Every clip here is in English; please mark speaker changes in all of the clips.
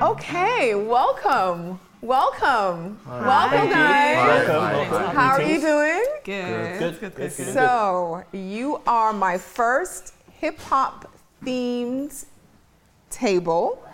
Speaker 1: Okay, welcome. Welcome.
Speaker 2: Thank
Speaker 1: Welcome,
Speaker 2: you.
Speaker 1: guys.
Speaker 2: Welcome, welcome.
Speaker 1: How are you doing?
Speaker 2: Good, good, good, good, good.
Speaker 1: So, you are my first hip hop themed table.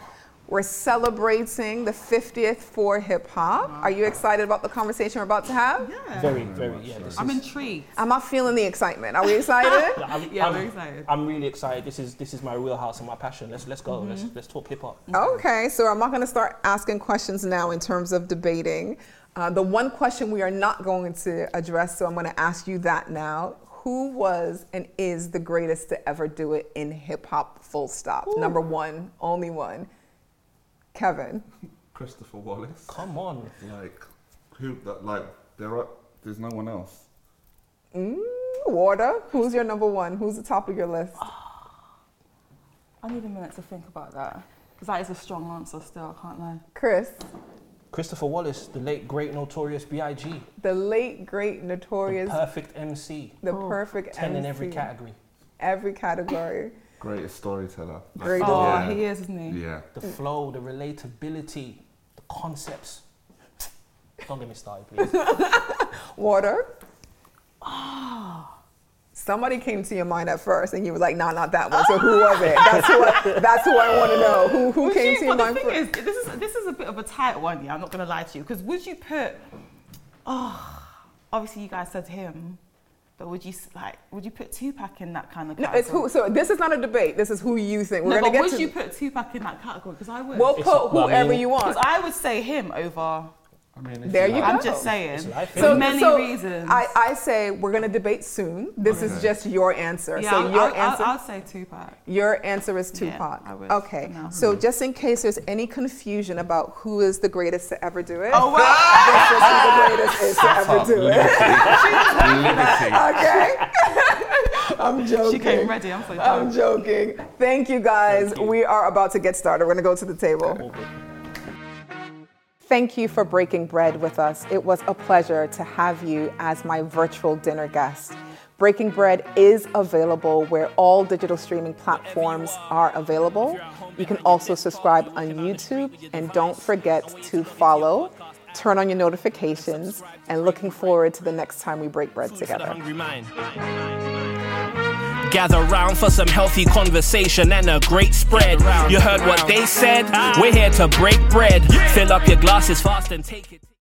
Speaker 1: We're celebrating the 50th for hip hop. Are you excited about the conversation we're about to have?
Speaker 2: Very, very, yeah. This
Speaker 3: I'm
Speaker 2: is,
Speaker 3: intrigued.
Speaker 1: I'm not feeling the excitement. Are we excited?
Speaker 2: I'm,
Speaker 3: Yeah,
Speaker 2: I'm,
Speaker 3: we're excited.
Speaker 2: I'm really excited. This is this is my wheelhouse and my passion. Let's let's
Speaker 1: Mm-hmm.
Speaker 2: go. Let's let's talk hip hop.
Speaker 1: Okay, so I'm not going to start asking questions now in terms of debating. Uh, the one question we are not going to address, so I'm going to ask you that now. Who was and is the greatest to ever do it in hip hop, full stop? Number one, only one. Kevin.
Speaker 4: Christopher Wallace.
Speaker 2: Come on.
Speaker 4: Like who? That, like there are. There's no one else.
Speaker 1: Mm, Warda, who's your number one? Who's the top of your list?
Speaker 3: I need a minute to think about that because that is a strong answer. Still, I can't lie.
Speaker 1: Chris,
Speaker 2: Christopher Wallace, the late great notorious B.I.G.
Speaker 1: the late, great,
Speaker 2: The
Speaker 1: notorious,
Speaker 2: perfect MC.
Speaker 1: the perfect
Speaker 2: Ten in every
Speaker 1: MC.
Speaker 2: category.
Speaker 1: Every category.
Speaker 4: Greatest storyteller. Like,
Speaker 1: Greatest-
Speaker 3: Oh,
Speaker 4: yeah.
Speaker 3: he is, isn't he?
Speaker 4: Yeah.
Speaker 1: Mm.
Speaker 2: The flow, the relatability, the concepts. Don't get me started, please.
Speaker 1: Water. Oh. Somebody came to your mind at first, and you were like, "No, not that one." So who was it? That's who. I, that's who I want to know. Who who
Speaker 3: Would
Speaker 1: came
Speaker 3: you-
Speaker 1: to your
Speaker 3: but the
Speaker 1: mind
Speaker 3: thing
Speaker 1: first?
Speaker 3: is, this is this is a bit of a tight one. Yeah, I'm not gonna lie to you. Because would you put? Oh, obviously you guys said him, but would you s- like? Would you put Tupac in that kind of?
Speaker 1: No,
Speaker 3: Category?
Speaker 1: it's who. So this is not a debate. This is who you think we're
Speaker 3: No,
Speaker 1: gonna
Speaker 3: but
Speaker 1: get
Speaker 3: would
Speaker 1: to.
Speaker 3: you put Tupac in that category? Because I would.
Speaker 1: we'll
Speaker 2: It's
Speaker 1: put
Speaker 2: not- well, I
Speaker 1: whoever
Speaker 2: mean-
Speaker 1: you
Speaker 3: 'Cause
Speaker 1: want.
Speaker 3: I would say him over.
Speaker 4: I mean, it's
Speaker 1: There you
Speaker 4: like-
Speaker 1: go.
Speaker 3: I'm just saying.
Speaker 2: It's life,
Speaker 3: For
Speaker 2: isn't it?
Speaker 3: many reasons.
Speaker 1: I, I say we're gonna debate soon. This is
Speaker 4: Okay.
Speaker 1: just your answer.
Speaker 3: yeah,
Speaker 1: so
Speaker 3: I'll,
Speaker 1: your
Speaker 3: I'll,
Speaker 1: answer.
Speaker 3: I'll, I'll say Tupac.
Speaker 1: Your answer is
Speaker 3: Yeah,
Speaker 1: Tupac.
Speaker 3: I would,
Speaker 1: okay.
Speaker 3: no.
Speaker 1: So just in case there's any confusion about who is the greatest to ever do it,
Speaker 3: Oh wow!
Speaker 1: this is who the greatest is to ever
Speaker 4: Top
Speaker 1: do it.
Speaker 4: liberty. liberty.
Speaker 1: okay? I'm joking.
Speaker 3: She came ready. I'm so
Speaker 1: I'm
Speaker 3: done.
Speaker 1: joking. Thank you guys.
Speaker 2: Thank you.
Speaker 1: We are about to get started. We're going to go to the table.
Speaker 2: All good.
Speaker 1: Thank you for breaking bread with us. It was a pleasure to have you as my virtual dinner guest. Breaking Bread is available where all digital streaming platforms are available. You can also subscribe on YouTube and don't forget to follow, turn on your notifications, and looking forward to the next time we break bread
Speaker 5: Food for the
Speaker 1: together.
Speaker 5: hungry mind. Gather round for some healthy conversation and a great spread. You heard what they said? We're here to break bread. Fill up your glasses fast and take it.